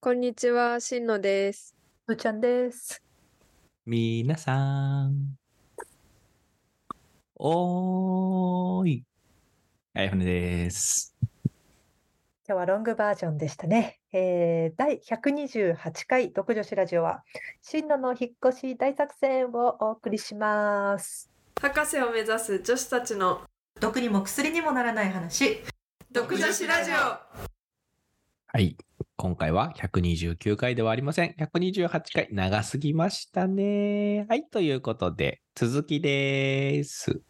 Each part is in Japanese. こんにちは、しんのです。うーちゃんです。みなさん。おーい。あやふねです。今日はロングバージョンでしたね。えー、第128回独女子ラジオは、進路の引っ越し大作戦をお送りします。博士を目指す女子たちの毒にも薬にもならない話。独女子ラジオ。はい。今回は129回ではありません。128回、長すぎましたね。はい。ということで、続きです。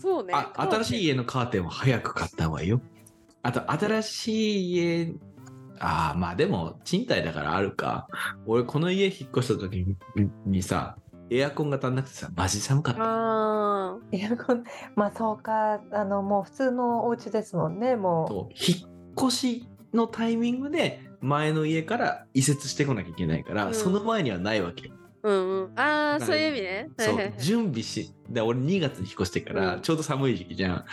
そうね。あ、新しい家のカーテンは早く買った方がいいよ。あと、新しい家、ああ、まあでも、賃貸だからあるか。俺、この家引っ越した時ににさ、エアコンが足んなくてさ、マジ寒かった。ああ、エアコン、まあそうか、あの、もう普通のお家ですもんね、もそう引っ越しのタイミングで前の家から移設してこなきゃいけないから、うんその前にはないわけよ、うんうん。ああ、そういう意味ね。はいそはいう準備しで俺2月に引っ越してから、うんちょうど寒い時期じゃん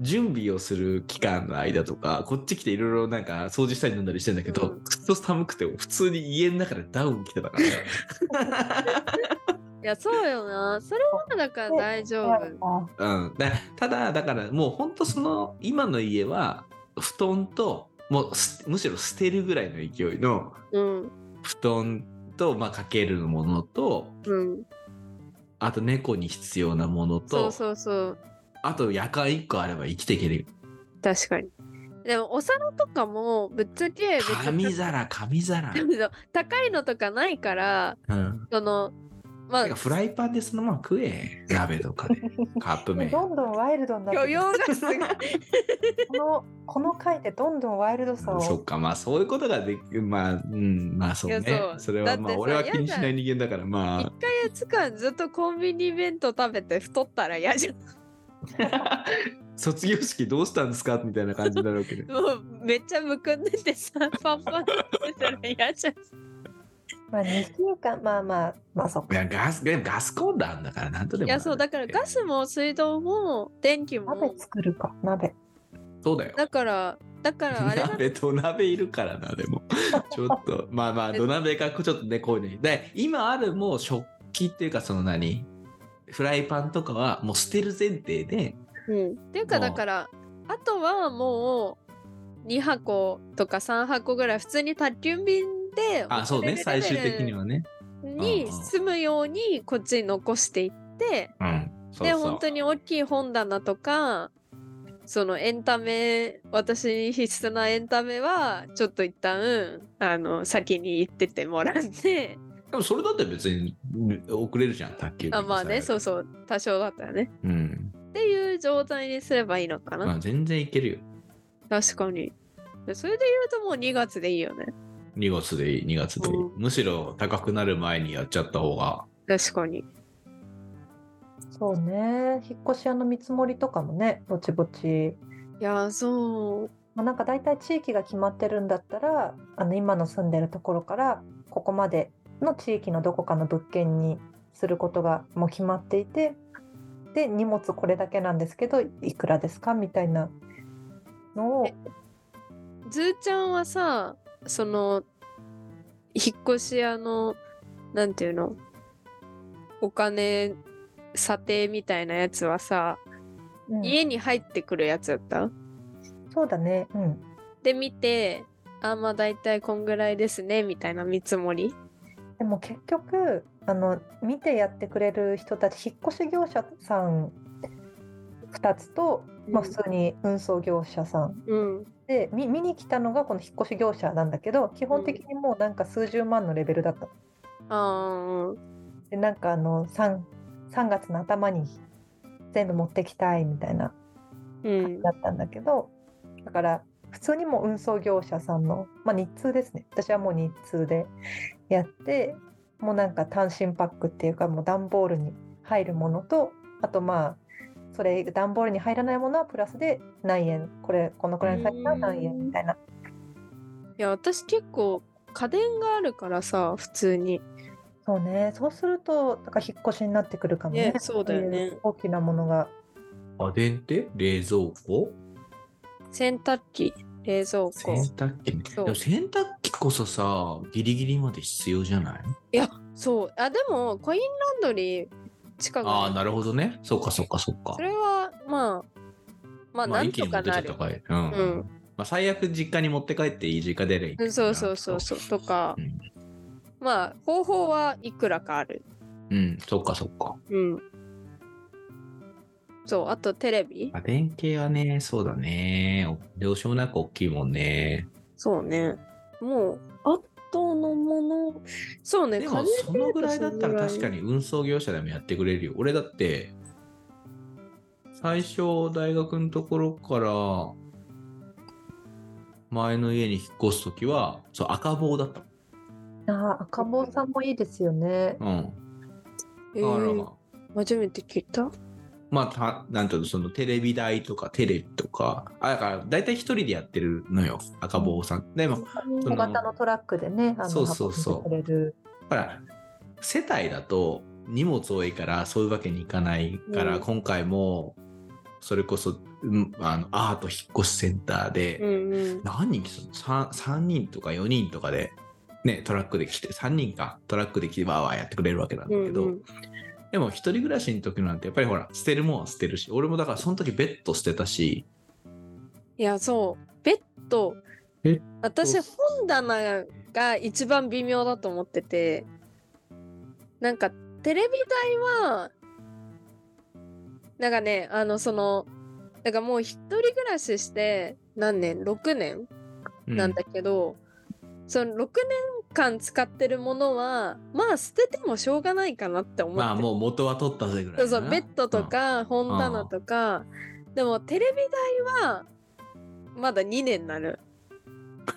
準備をする期間の間とかこっち来ていろいろなんか掃除したりなんだりしてんだけど、うんくっそ寒くて普通に家の中でダウン着てたからいや、そうよな。それはだから大う。丈あ夫。 うん、だただだからもうほんとその今の家は布団ともうすむしろ捨てるぐらいの勢いのうん、布団と、まあ、かけるものとうん。あと猫に必要なもそのとうそうそう。あと夜間1個あれば生きていける確かに。でも、お皿とかも、ぶっつけ、別紙皿紙皿、に 高いのとかないから、うん、その、まあてか、フライパンでそのまま食え鍋と かでカップ麺どんどんワイルドになって許くる容がすごい。 このこの回でどんどんワイルドさをそっかまあそういうことができまあうんまあそういやねそうそれだっはてまあさ俺は気嫌にじしゃんない人間だからまあ一ヶ月間ずっとコンビニ弁当食べて太ったら嫌じゃん。卒業式どうしたんですかみたいな感じになる わけでもうめっちゃむくんでてさ、パンパンってたら嫌じゃん。まあ2週間まあまあまあそっいかやガスでもガスコンロあんだからなんとでもいなるやそうだからガスも水道も電気鍋も作るか鍋そうだよだからだからあれだ鍋土鍋いるからなで もちょっとまあまあ土鍋かちょっとねこういうのにで今あるもう食器っていうかその何フライパンとかはもう捨てる前提でうんっていうか もうだからあとはもう2箱とか3箱ぐらい普通に宅急便であそうね最終的にはねうんうにん住むようにこっちに残していってうんそうでそう本当に大きい本棚とかそのエンタメ私に必須なエンタメはちょっと一旦あの先に行っててもらってでもそれだって別にうん遅れるじゃん卓球あまあねそうそう多少だったらねうん、っていう状態にすればいいのかな、まあ、全然いけるよ確かにそれで言うともう2月でいいよね2月でいい2月でいい、うむしろ高くなる前にやっちゃった方が確かにそうね引っ越し屋の見積もりとかもねぼちぼち、いやーそうまあ、なんか大体地域が決まってるんだったらあの今の住んでるところからここまでの地域のどこかの物件にすることがもう決まっていてで荷物これだけなんですけどいくらですかみたいなのをえずーちゃんはさその引っ越し屋のなんていうのお金査定みたいなやつはさ、うん家に入ってくるやつだったそうだねうんで見てあまあ大体こんぐらいですねみたいな見積もりでも結局あの見てやってくれる人たち引っ越し業者さん2つと、まあ、普通に運送業者さんうんで見見に来たのがこの引っ越し業者なんだけど基本的にもうなんか数十万のレベルだったのああでなんかあの 3, 3月の頭に全部持ってきたいみたいなうんだったんだけどだから普通にもう運送業者さんの、まあ、日通ですね私はもう日通でやってもうなんか単身パックっていうかもう段ボールに入るものとあとまあそれ段ボールに入らないものはプラスで何円これこのくらいのサイズは何円みたいないや私結構家電があるからさ普通にそうねそうするとだから引っ越しになってくるかもねねそうだよねこいう大きなものが家電って冷蔵庫洗濯機冷蔵洗庫濯機ねでそうも洗濯機こそさギリギリまで必要じゃないそうあでもコインランドリー近くにああなるほどねそうかそうかそうかそれはまあまあまあなん一気とに持かってっちゃなっるた、かいうん、うんまあ、最悪実家に持って帰って家家出ればいいけうどん、そうそうそうそうとかうんまあ方法はいくらかあるうんそっかそっかうんそうあとテレビ家電系はねそうだねどうしようもなく大きいもんねそうねもうあとのものそうねでも家電そのぐらいだったら確かに運送業者でもやってくれるよ俺だって最初大学のところから前の家に引っ越す時はそう赤棒だったあー赤ん坊さんもいいですよね。うんえだから、ー初めて聞いたまあたなんていうのそのテレビ台とかテレビとかあだから大体一人でやってるのよ赤棒さんでも小型のトラックでね、あのそうそうそう運んでくれるほら世帯だと荷物多いからそういうわけにいかないから、うん今回もそれこそ、うんあのアート引っ越しセンターで、うんうん何人来たの 3, 3人とか4人とかで、ね、トラックで来て3人かトラックで来てわーわーやってくれるわけなんだけど、うんうんでも一人暮らしの時なんてやっぱりほら捨てるもんは捨てるし俺もだからその時ベッド捨てたしいやそうベッドベッ私本棚が一番微妙だと思っててなんかテレビ台はなんかねあのそのなんかもう一人暮らしして何年6年うなんだけど、その6年間使ってるものはまあ捨ててもしょうがないかなって思っててまあもう元は取ったぜぐらいそうだそなうベッドと、か本棚とか、でもテレビ台はまだ2年なる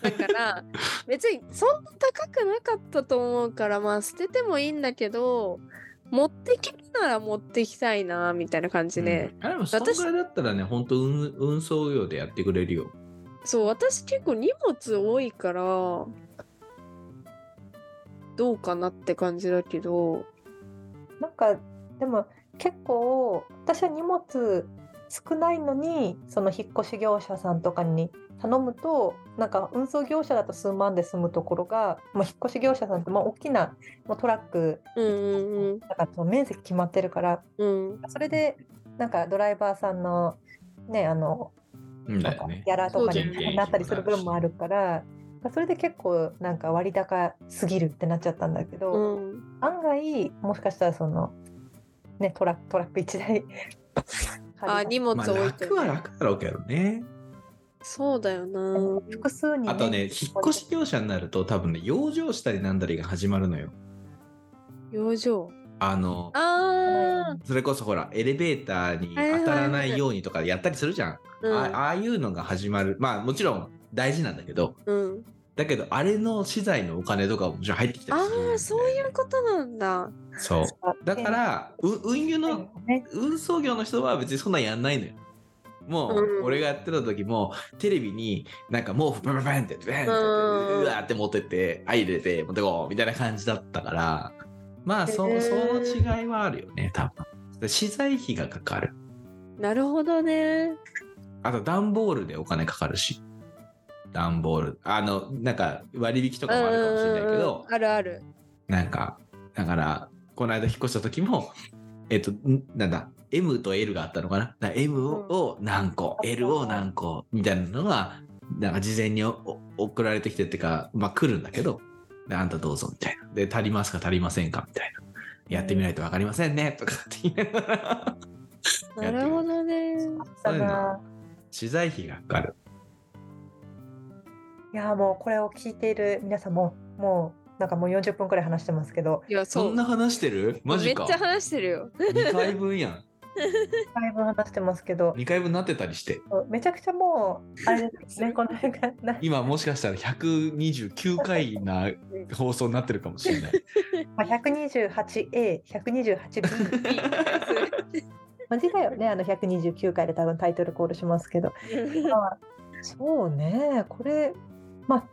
だから別にそんな高くなかったと思うからまあ捨ててもいいんだけど持ってきるなら持ってきたいなみたいな感うじんで、あでもそのぐらいだったらね本当運運送業でやってくれるよそう私結構荷物多いからどうかなって感じだけどなんかでも結構私は荷物少ないのにその引っ越し業者さんとかに頼むとなんか運送業者だと数万で済むところがもう引っ越し業者さんってまあ大きなもうトラックうんうんだからその面積決まってるからうんうんそれでなんかドライバーさんのねあのうんなだんかよねギャラとそかうだよねになったりする分もあるからそれで結構なんか割高すぎるってなっちゃったんだけど、うん案外もしかしたらそのねトラックトラック1台あ荷物まあ多いけ楽ど、は楽だろうけどねそうだよな、複数に、あとね引っ越し業者になると多分ね養生したりなんだりが始まるのよ養生あのあそれこそほらエレベーターに当たらないようにとかやったりするじゃん、あ、うん、あああいうのが始まるまあもちろん大事なんだけどうん、だけどあれの資材のお金とかももちろん入ってきたりあするんだよね、あそういうことなんだ。そうだから、う運輸のね運送業の人は別にそんなんやんないのよ。もう、うん俺がやってた時もテレビになんか毛布バンバンバンってバンってやってうんうわーって持ってってあ入れて持ってこうみたいな感じだったからまあそ,、へーその違いはあるよね多分資材費がかかるなるほどね。あと段ボールでお金かかるし段ボールあのなんか割引とかもあるかもしれないけうんうんどうんあるある。なんかだからこの間引っ越した時もえっとんなんだ M と L があったのかなだ M をを何個、うん L を何個みたいなのがなんか事前におお送られてきてってかまあ来るんだけどであんたどうぞみたいなで足りますか足りませんかみたいなやってみないと分かりませんねとかって言いながらな るほどね。そういうのだ資材費がかかるいやもうこれを聞いている皆さんももうなんかもう40分くらい話してますけどいやそそんう。な話してるマジかめっちゃ話してるよ。 2回分やんだいぶ話してますけど2回分なってたりしてめちゃくちゃもうあれですねこの辺がな今もしかしたら129回な放送になってるかもしれないまあ 128A128B マジだよねあの129回で多分タイトルコールしますけどそうねこれまあ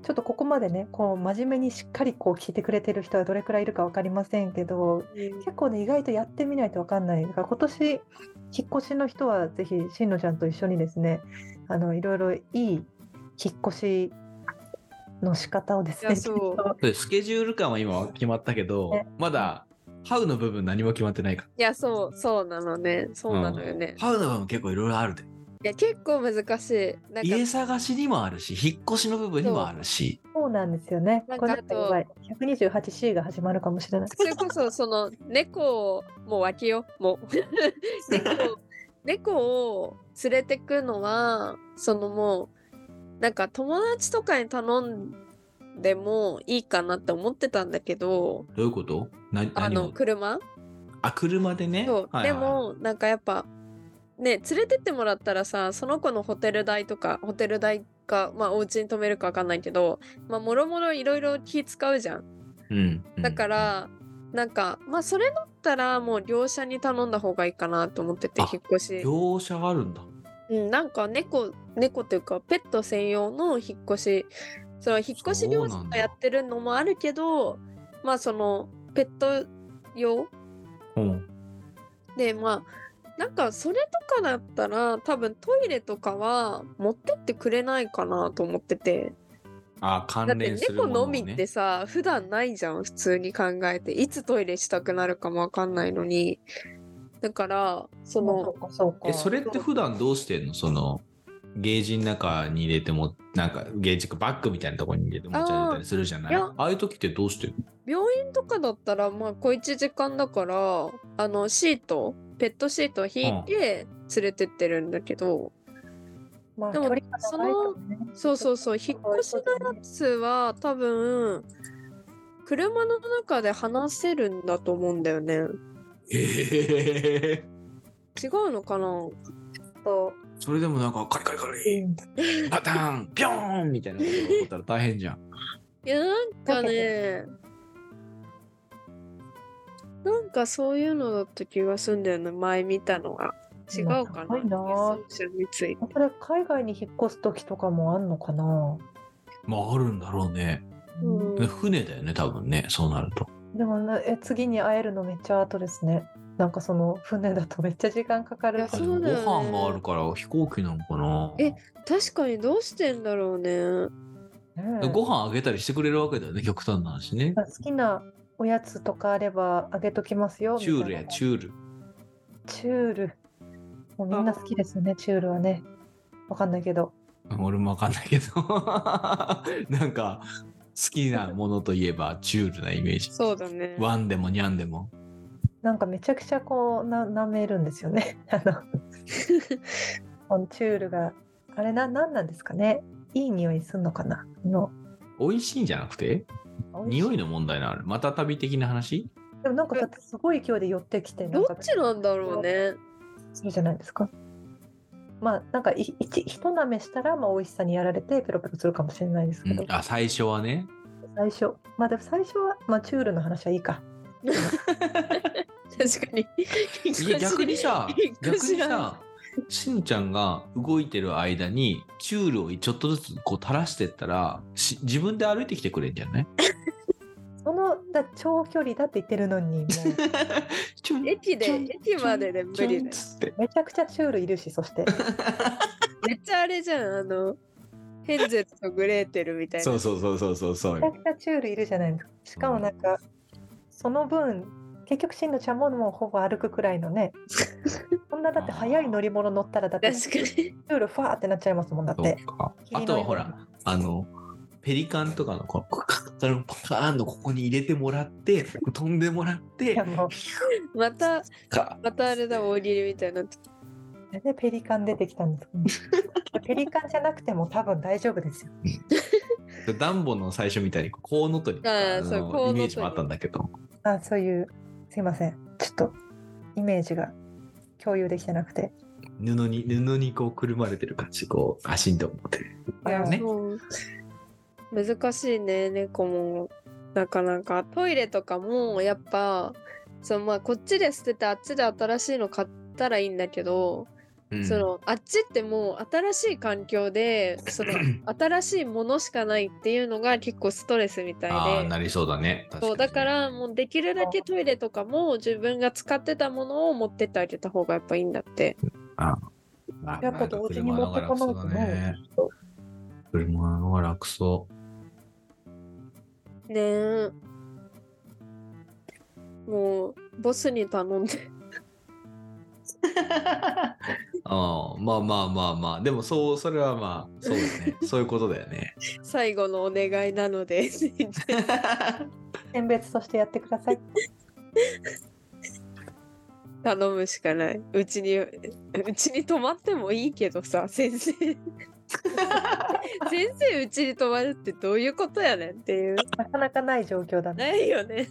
ちょっとここまでねこう真面目にしっかりこう聞いてくれてる人はどれくらいいるか分かりませんけど結構ね意外とやってみないと分かんないだから今年引っ越しの人はぜひしんのちゃんと一緒にですねあのいろいろいい引っ越しの仕方をですいねやそうちょっとでスケジュール感は今は決まったけどね、まだ、ハウの部分何も決まってないから。いや、そう、そうなのね。そうなのよね。ハウの部分結構いろいろあるで。いや、結構難しい。なんか、家探しにもあるし、引っ越しの部分にもあるし。そうなんですよねなんこかれあなとんかやばい 128C が始まるかもしれないそれこそ、その、猫を、もう脇よ、 もう。猫を、猫を連れてくのは、そのもう、なんか友達とかに頼んでもいいかなって思ってたんだけど、どういうことなあ何の、を車あ、車でね。そう、はいはいでもなんかやっぱね連れてってもらったらさその子のホテル代とかホテル代かまあお家に泊めるか分かんないけどまあもろもろいろいろ気使うじゃんうん、うんだか、ら、なんかまあそれだったらもう業者に頼んだ方がいいかなと思っててあ引っ越し、業者があるんだ。うん、なんか猫猫っていうかペット専用の引っ越しその引っ越し業そうな者んがだやってるのもあるけどまあそのペット用うん。でまあなんかそれとかだったら多分トイレとかは持ってってくれないかなと思っててあ、だっ関て連する猫もののをみねってさ普段ないじゃん普通に考えていつトイレしたくなるかもわかんないのにだからそそのうかそうかえ、それって普段どうしてんのその、ゲージの中に入れても、なんか、ゲージかバッグみたいなところに入れて持ち歩いたりするじゃないあーいあやあいう時ってどうしてる病院とかだったらまあ小一時間だからあのシートペットシートを引いて連れてってるんだけど、まあでも距離が長いからねそうそうそう引っ越しそういうことのねやつは多分車の中で話せるんだと思うんだよね。ええ違うのかなとそれでもなんかカリカリカリパターンピョーンみたいなことが起こったら大変じゃん。いやなんかねなんかそういうのだった気がするんだよね前見たのは違うかなうわ高いなソーシャルについてこれ海外に引っ越す時とかもあんのかな、まああるんだろうね。うん船だよね多分ねそうなると。でもなえ次に会えるのめっちゃ後ですねなんかその船だとめっちゃ時間かかいるやあそでうもごだよね飯があるから飛行機なのかな。え確かにどうしてんだろうねねえご飯あげたりしてくれるわけだよね極端な話ね。好きなおやつとかあればあげときますよみチたいュなールやチュール。チュールもうみんな好きですよねチュールはねわかんないけど俺もわかんないけど なんか好きなものといえばチュールなイメージ。そうだねワンでもニャンでも。なんかめちゃくちゃこうな舐めるんですよね あのこのチュールがあれな何なんですかねいい匂いすんのかなあの美味しいんじゃなくて匂いの問題なのあれまた旅的な話でもなんかだってすごい勢いで寄ってきてなどんかっちなんだろうねそうじゃないですか。まあなんかい一一舐めしたらまあ美味しさにやられてペロペロするかもしれないですうけど、ん、あ最初はね最初まあでも最初はまあチュールの話はいいか。確かにいや逆にさ引っ逆越しにさしんちゃんが動いてる間にチュールをちょっとずつこう垂らしてったらし自分で歩いてきてくれんじゃないそのだ長距離だって言ってるのにもう チュン駅でチュン駅までで無チュン理だよっつってめちゃくちゃチュールいるしそしてめっちゃあれじゃんあのヘンゼルとグレーテルみたいなそうそうそうそうそうそうめちゃくちゃチュールいるじゃないですか。しかもなんかその分結局しんのちゃんももうほぼ歩くくらいの ねそんなだって速い乗り物乗ったらだってチ確かにュールファーってなっちゃいますもんだっそうて。かあとはほらあのペリカンとかのこの カーンパカーンのここに入れてもらって飛んでもらっいやてもうまたかまたあれだ大喜利みたいになってなんでペリカン出てきたんですかペリカンじゃなくても多分大丈夫ですよ。ダンボの最初みたいにこうコウノトリとかあーそうのコウノトイリメージもあったんだけどあそういうすいませんちょっとイメージが共有できてな くて。布に布にこうくるまれてる感じこう足にと思っていやあのねそう難しいね猫もなかなかトイレとかもやっぱそのまあこっちで捨ててあっちで新しいの買ったらいいんだけど、うんそのあっちってもう新しい環境でそ の新しいものしかないっていうのが結構ストレスみたああいでなりそうだね確そうにねだからもうできるだけトイレとかも自分が使ってたものを持ってってあげた方がやっぱいいんだって。あやっぱ同時に持ってこないとね車のガラスだね車の方が楽そう。ねえ。もう、ボスに頼んで。ああまあまあまあまあでもそうそれはまあそうだ ねそういうことだよね。最後のお願いなの で選別としてやってください。頼むしかないうちにうちに泊まってもいいけどさ先 生先生うちに泊まるってどういうことやねんっていうなかなかない状況だね。ないよね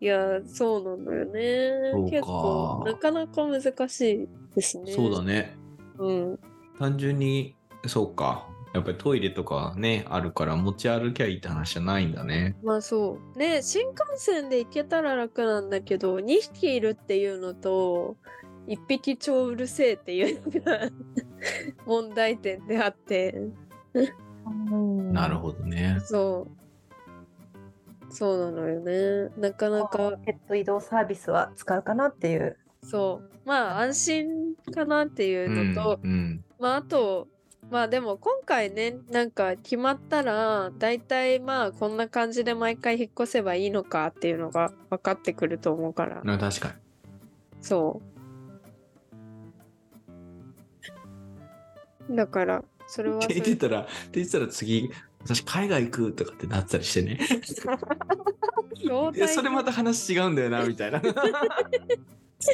いやそうなのよそうねか結構なかなか難しいですねそうだねうん単純にそうかやっぱりトイレとかねあるから持ち歩きゃいいって話じゃないんだね。まあそうね新幹線で行けたら楽なんだけど2匹いるっていうのと1匹超うるせえっていうのが 問題点であってなるほほどね。そうそうなのよねなかなかペット移動サービスは使うかなっていう。そうまあ安心かなっていうのと、うんまああとまあでも今回ねなんか決まったら大体まあこんな感じで毎回引っ越せばいいのかっていうのが分かってくると思うからうん、確かに。そうだからそれはそってれ言ってたらって言ってたら次私海外行くとかってなってたりし てね。超え大それま変た話違うんだよなみたいな。そ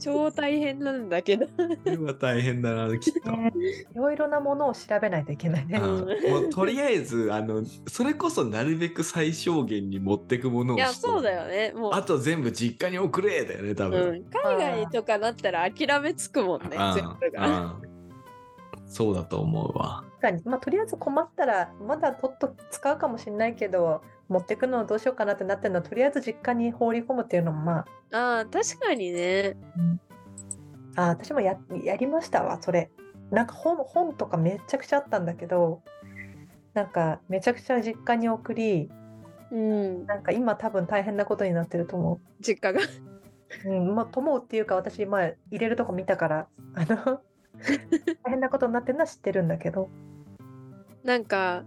超大変なんだけど、れは大変だなきっと。いろいろなものを調べないといけないね。うんもうとりあえずあのそれこそなるべく最小限に持ってくものをいやそうだよよねもうあと全部実家に送れだよね多う分、ん、海外とかなったら諦めつくもんね、うん全部が。うんそうだと思うわ 確かに、まあ、とりあえず困ったらまだとっと使うかもしれないけど持ってくのをどうしようかなってなってるのはとりあえず実家に放り込むっていうのもまあああ、確かにね。あー私もややりましたわそれなんか本本とかめちゃくちゃあったんだけどなんかめちゃくちゃ実家に送りうん、なんか今多分大変なことになってると思実家が。 う、うんまあ、と思うっていうか私前入れるとこ見たからあ の大変なことになってるのは知ってるんだけどなんか、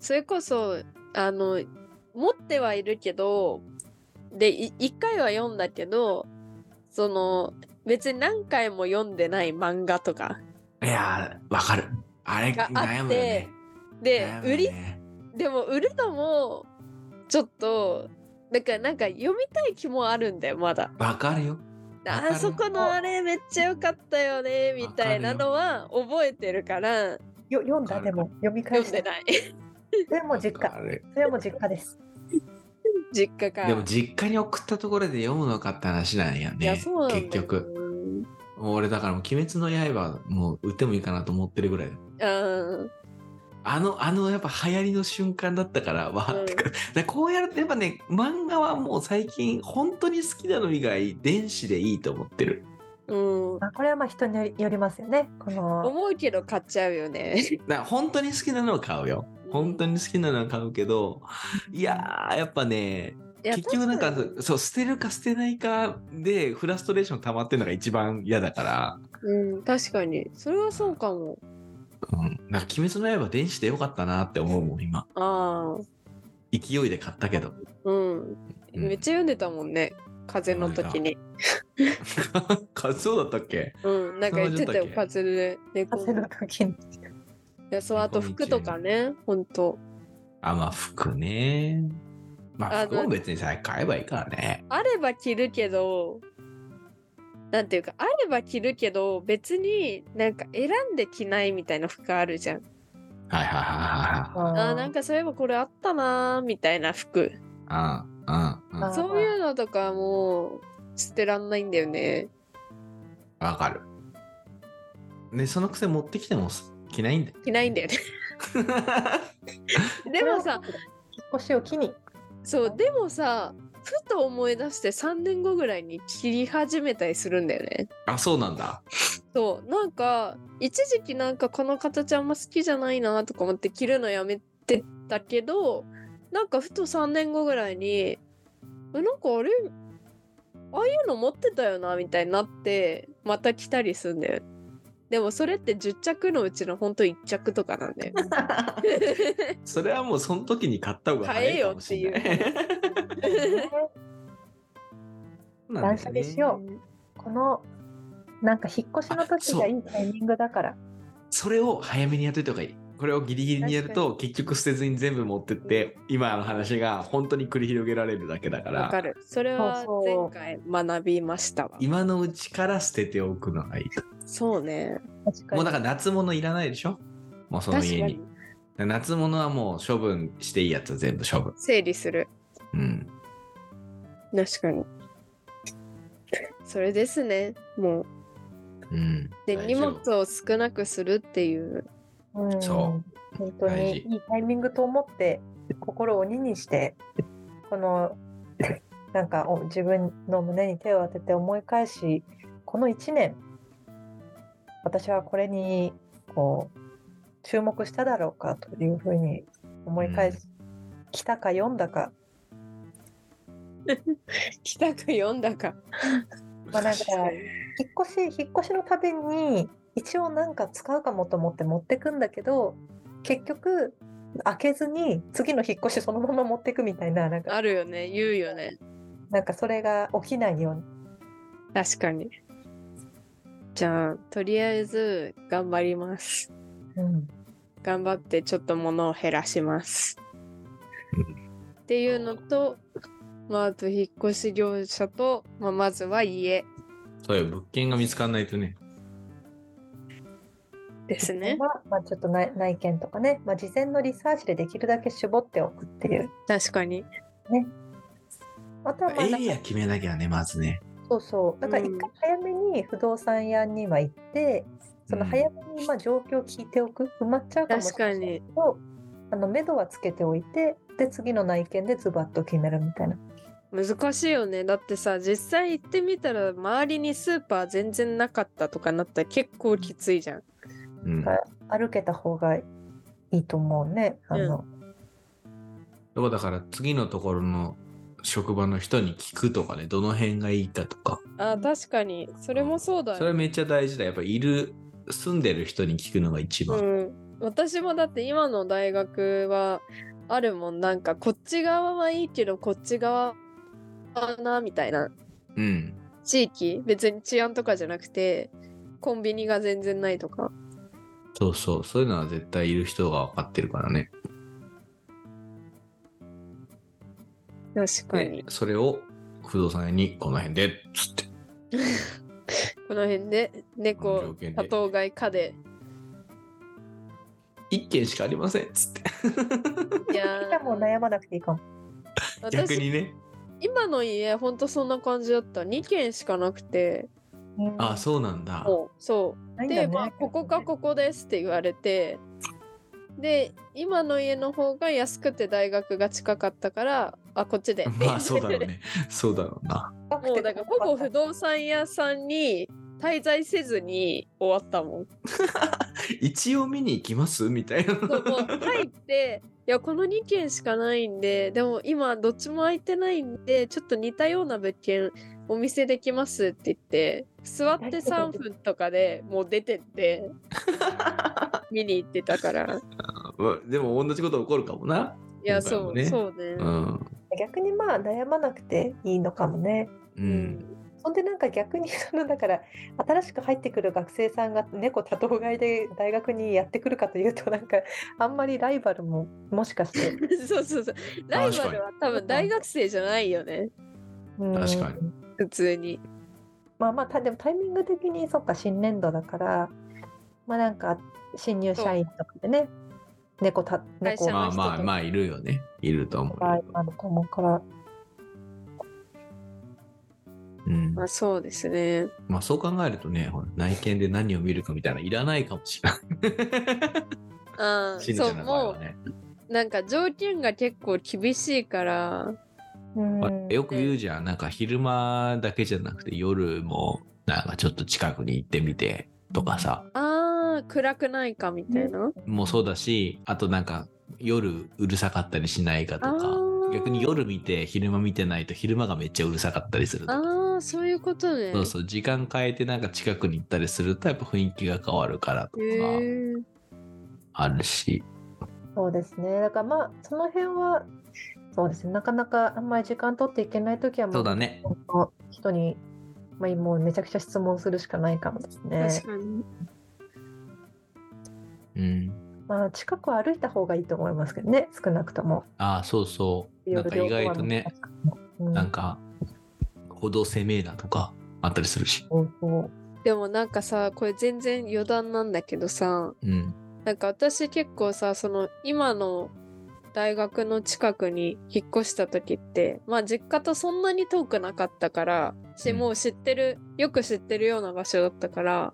それこそ、あの、持ってはいるけど、で、い一回は読んだけど、その、別に何回も読んでない漫画とか。いやーわかるあれがあって悩むよねで悩、む売より、ねでも売るのも、ちょっと、だからなんか読みたい気もあるんだよ、まだ。わかるよわかあるあそこのあれめっちゃ良かったよねみたいなのは覚えてるからよ読んだわかでるも読み読返しんてでない それも実わか家るそれも実家です実家からでも実家に送ったところで読むのかって話なんやいねやそうなんだよ結局もう俺だからもう鬼滅の刃もう売ってもいいかなと思ってるぐらいうんあの、あの、やっぱ流行りの瞬間だったから、わーってか、でこうやると、やっぱね、漫画はもう最近、本当に好きなの以外、電子でいいと思ってる。うんまあ、これはまあ人によりよりますよね。この思うけど買っちゃうよねだから本当に好きなのは買うよ。 本当に好きなのは買うけど、いやー、やっぱね、いや結局なんか確に、そう、捨てるか捨てないかで、フラストレーション溜まってるのが一番嫌だから、うん確かにそれはそうかもうん、なんか、鬼滅の刃、電子でよかったなって思うもん、今。ああ勢いで買ったけど。うんうんめっちゃ読んでたもんね風邪の時に買そうだったっけうんなんか言ってたよそんな感風邪で猫風の時にいやそうあと服とかね本当あ、まあ服ね。まああ服もの別にさ、買えばいいからね。あれば着るけどなんていうかあれば着るけど別になんか選んで着ないみたいな服あるじゃんはいはいはいはいはい。あーなんかそういえばこれあったなーみたいな服ああ、うん、うんあ。そういうのとかもう捨てらんないんだよねわかる。ね、そのくせ持ってきても着ないんだよ。着ないんだ よねでもさこれは引っ越しを機 にそうでもさふと思い出して3年後ぐらいに着り始めたりするんだよねあ、そうなんだ。そうなんか一時期なんかこの形あんま好きじゃないなとか思って着るのやめてたけどなんかふと3年後ぐらいにえなんかあれああいうの持ってたよなみたいになってまた着たりすんだよでもそれって10着のうちのほんと1着とかなんだよね。それはもうその時に買った方が早いかもしれない。買えよっていう。断捨離しよこのなんか引っ越しの時がいいタイミングだからそれを早めにやっといた方がいい。これをギリギリにやると結局捨てずに全部持ってって今の話が本当に繰り広げられるだけだかわからる。それはそうそう前回学びましたわ。今のうちから捨てておくのがいいとそうね。確かもうにだから夏物いらないでしょもうその確家かにに。夏物はもう処分していいやつは全部処分整理する。うん確かに。それですね。もう。うんで、大荷丈夫物を少なくするっていう。うんそ本当大に事いいタイミングと思って心を鬼にしてこのなんかお自分の胸に手を当てて思い返しこの1年私はこれにこう注目しただろうかというふうに思い返し、来たか読んだか、帰宅読んだか。まあなん難かしいね引っ越し引っ越しのたびに一応なんか使うかもと思って持ってくんだけど結局開けずに次の引っ越しそのまま持ってくみたいななんかあるよね。言うよね。なんかそれが起きないように。確かに。じゃあ、とりあえず頑張ります。うん、頑張ってちょっと物を減らします。うっていうのと、まあ、あと引っ越し業者と、まあ、まずは家そうよ物件が見つからないとねですね。はまあ、ちょっと内内見とかね、まあ、事前のリサーチでできるだけ絞っておくっていう。確かに。あとはまあなエんリかア決めなきゃねまずねそうそう。だからうん一回早めに不動産屋には行って、そのうん早めにまあ状況を聞いておく、埋まっちゃうかもしれないけど、あの目処はつけておいて、で次の内見でズバッと決めるみたいな。難しいよねだってさ実際行ってみたら周りにスーパー全然なかったとかなったら結構きついじゃんうんはい歩けた方がいいと思うね。あの、でもだから次のところの職場の人に聞くとかねどの辺がいいかとかあ確かにそれもそうだそれよ、めっちゃ大事だやっぱいる住んでる人に聞くのが一う番、ん、私もだって今の大学はあるもんなんかこっち側はいいけどこっち側はなみたいなうん、地域別に治安とかじゃなくてコンビニが全然ないとかそうそうそういうのは絶対いる人が分かってるからね確かにでそれを不動産屋にこの辺でっつってこの辺でこの条猫件で多頭飼い家で1軒しかありませんっつっていやじゃあもーう悩まなくていいかも。逆私にね今の家ほんとそんな感じだった2軒しかなくてうんあそうなんだもうそうないんだで、ねまあ、ここかここですって言われてで今の家の方が安くて大学が近かったからあこっちで まあそうだろうねそうだろうなもうだからほぼ不動産屋さんに滞在せずに終わったもん。一応見に行きますみたいなそうもう入っていやこの2軒しかないんででも今どっちも空いてないんでちょっと似たような物件お見せできますって言って座って3分とかでもう出て って見に行ってたからうん でも同じこと起こるかもな、いや今回そもう、ねそうね、うん逆にまあ悩まなくていいのかもね。う、うんんそんでなんか逆にそのだから新しく入ってくる学生さんが猫多頭飼いで大学にやってくるかというとなんかあんまりライバルももしかして、 そうそうそうライバルは多分大学生じゃないよねうん確かに普通にまあまあたでもタイミング的にそっか新年度だからまあなんか新入社員とかでね猫た会社猫のまあまあまあいるよねいると思う、が今の子もからうんまあそうですねまあそう考えるとね、ほら内見で何を見るかみたいな、いらないかもしれない。ああしんそちゃうんの場合もはね。うなんか条件が結構厳しいからうんまあよく言うじゃん、なんか昼間だけじゃなくて夜も、なんかちょっと近くに行ってみてとかさ、あー暗くないかみたいな、もうそうだし、あとなんか夜うるさかったりしないかとあか、逆に夜見て昼間見てないと昼間がめっちゃうるさかったりするとかああそういうことねそうそう時間変えてなんか近くに行ったりするとやっぱ雰囲気が変わるからとかへーあるし、そうですね。だからまあその辺はそうですね。なかなかあんまり時間取っていけないときはもそうだねこの人にまあもうめちゃくちゃ質問するしかないかもですね。確かにうんまあ近くを歩いた方がいいと思いますけどね。少なくともああそうそうなんか意外とね、うん、なんか歩道狭めえなとかあったりするしそうそうでもなんかさこれ全然余談なんだけどさうんなんか私結構さその今の大学の近くに引っ越した時ってまあ実家とそんなに遠くなかったからしうんもう知ってるよく知ってるような場所だったから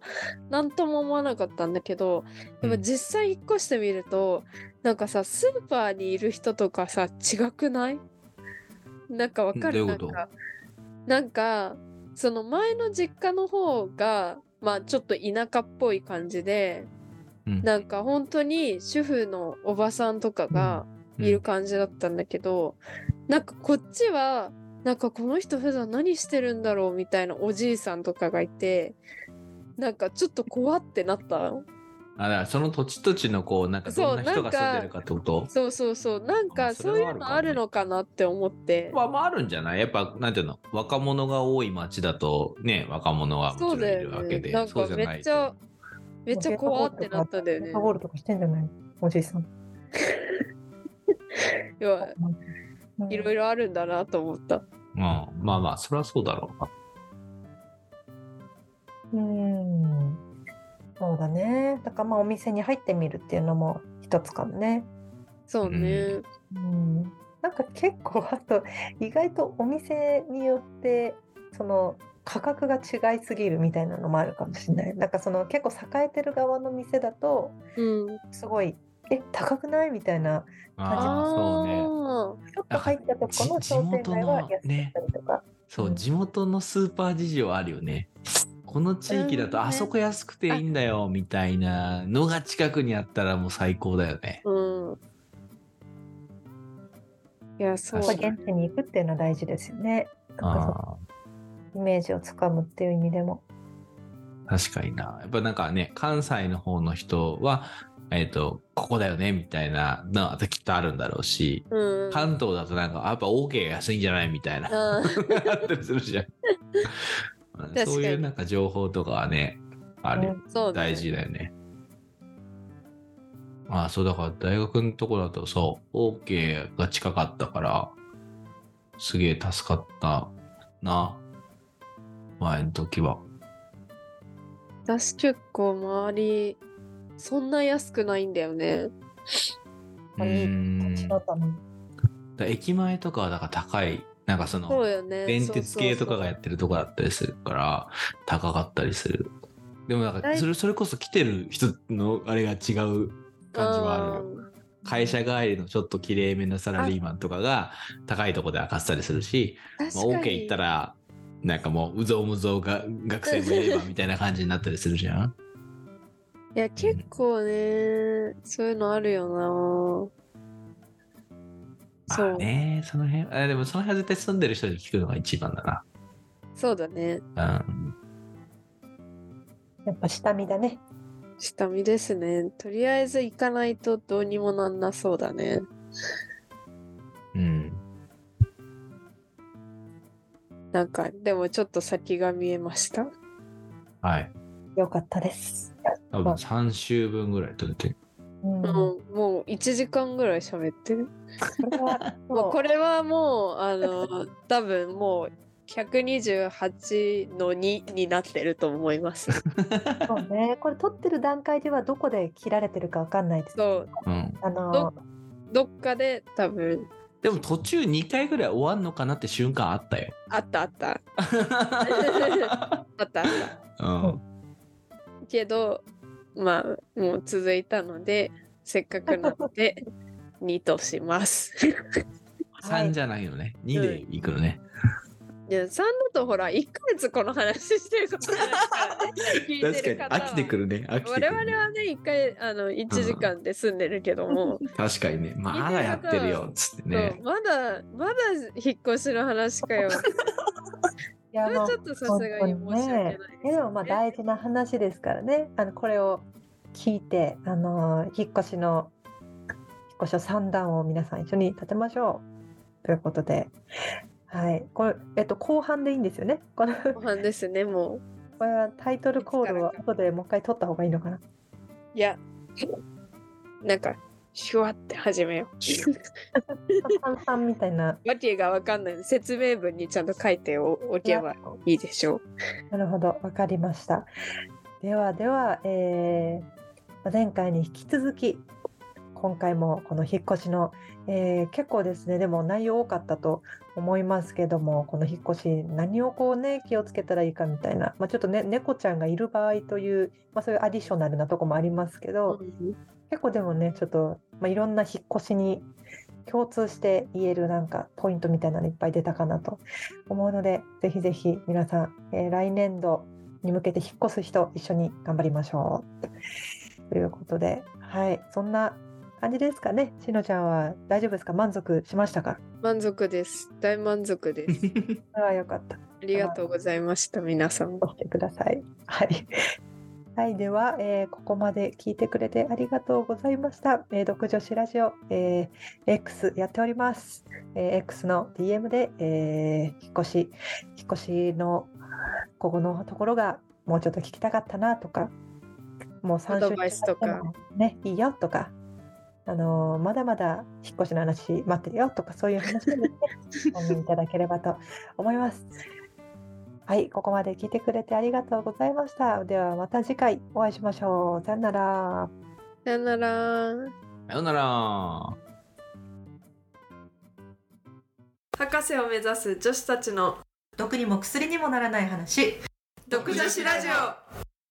何とも思わなかったんだけどでもうん実際引っ越してみるとなんかさスーパーにいる人とかさ違くないなんかわかるどういなうんことかなんかその前の実家の方がまあちょっと田舎っぽい感じでうんなんか本当に主婦のおばさんとかがいる感じだったんだけど、なんかこっちはなんかこの人普段何してるんだろうみたいなおじいさんとかがいてなんかちょっと怖ってなったのあだからその土地土地のこうなんかどんな人が住んでるかってことそうそうそうなんまあかそれそはういうのああるるかものかなって思って、はまああるんじゃないやっぱなんていうの若者が多い町だとね若者はもちそろうんいだるよわねけでなんかうめっちゃめっちゃ怖ってなったんだよゲねートボールとかゲートボールとかしてんじゃないのおじいさん。いやいろいろ。ろあるんだなと思ったうん、まあまあそりゃそうだろううなん。そうだね。だからまあお店に入ってみるっていうのも一つかもね。そうね、うん。なんか結構あと 意外とお店によってその価格が違いすぎるみたいなのもあるかもしれない。なんかその結構栄えてる側の店だとうんすごいえ高くないみたいなああそうねあちょっと入ったとこのじ商店街は地元の安かったりとか。そううん地元のスーパー事情あるよねこの地域だうとんねあそこ安くていいんだよみたいなのが近くにあったらもう最高だよねーうんいやそうやっぱ確か現地に行くっていうのは大事ですよね。なんかあそのイメージをつかむっていう意味でも。ー確かになやっぱなんかね関西の方の人はえっ、とここだよねみたいなのはきっとあるんだろうしうん関東だとなんかあやっぱ OK が安いんじゃないみたいなあー あったりするじゃん。かにそういうなんか情報とかはね、あれ、そうね大事だよね。ああ、そうだから大学のとこだとそう、OK が近かったから、すげえ助かったな、前の時は。私結構周りそんな安くないんだよねうあいい感ん。じだだかったの。ら駅前とかはだから高い、なんかその、そうよね電鉄系とかがやっってるとこだったりするから高かったりするでもなんか大それそれこそ来てる人のあれが違う感じはあるよる会社帰りのちょっときれいめなサラリーマンとかが高いとこで明かしたりするし、確まかあ、に、 OK 行ったらなんかもううぞうむぞうが学生もいればみたいな感じになったりするじゃんいや結構ねそういうのあるよなまあそうねその辺あでもその辺は絶対住んでる人に聞くのが一番だそうだねなうんやっぱ下見だね。下見ですねとりあえず行かないとどうにもなんなそうだねうんなんかでもちょっと先が見えましたはいよかったです。多分3週分ぐらい取れてるうもん、うもう1時間ぐらい喋ってる。これ はまあ、もうこれはもうあ の多分もう128の2になってると思います。そうね、これ撮ってる段階ではどこで切られてるかわかんないです。そううんあのどっかで多分でも途中2回ぐらい終わんのかなって瞬間あったよ。あったあったあったあったうん、けどまあもう続いたのでせっかくなので2とします。 3じゃないよね。2で行くのね。いや3だとほら1ヶ月この話してることないからね聞いて確るか方に飽きてくるるね。飽きてく我る、々ね。はね1回あの1時間で済んでるけども、確かにね。まだやってるよ。つってそねう。まだまだ引っ越しの話かよそいやれまはあちょっとさすがに申し訳ないです、いやでもまあ大事な話ですからねあのこれを聞いてあのー引っ越しの引っ越しの三段を皆さん一緒に立てましょうということではいこれえっと後半でいいんですよねこの後こ半ですねもれはタイトルコールを後でもう一回取った方がいい のかなういやなんかシュワって始めよ う三段みたいなわけがわかんない説明文にちゃんと書いておおけばいいでしょうなるほど、わかりました。ではでは、えーまあ前回に引き続き、今回もこの引っ越しの、えー結構ですね、でも内容多かったと思いますけども、この引っ越し、何をこうね、気をつけたらいいかみたいな、まあ、ちょっとね、猫ちゃんがいる場合という、まあ、そういうアディショナルなとこもありますけど、結構でもね、ちょっと、まあ、いろんな引っ越しに共通して言えるなんかポイントみたいなのいっぱい出たかなと思うので、ぜひぜひ皆さん、えー来年度に向けて引っ越す人、一緒に頑張りましょう。ということで、はい、そんな感じですかね。しのちゃんは大丈夫ですか満足しましたか満足です大満足ですああ、よかった。ありがとうございました、皆さん。押してください。はい。 はい、では、えーここまで聞いてくれてありがとうございました。えー、独女子ラジオ、えー X やっております。えー X の DM で、えー引っ越し、引っ越しのここのところがもうちょっと聞きたかったなとか、もう3アドバイスとかね、いいよとか、あのーまだまだ引っ越しの話待ってるよとか、そういう話でもね、 あのいただければと思います。はい、ここまで聞いてくれてありがとうございました。ではまた次回お会いしましょう。さよなら。さよなら。さよなら。博士を目指す女子たちの毒にも薬にもならない話。独女子ラジオ。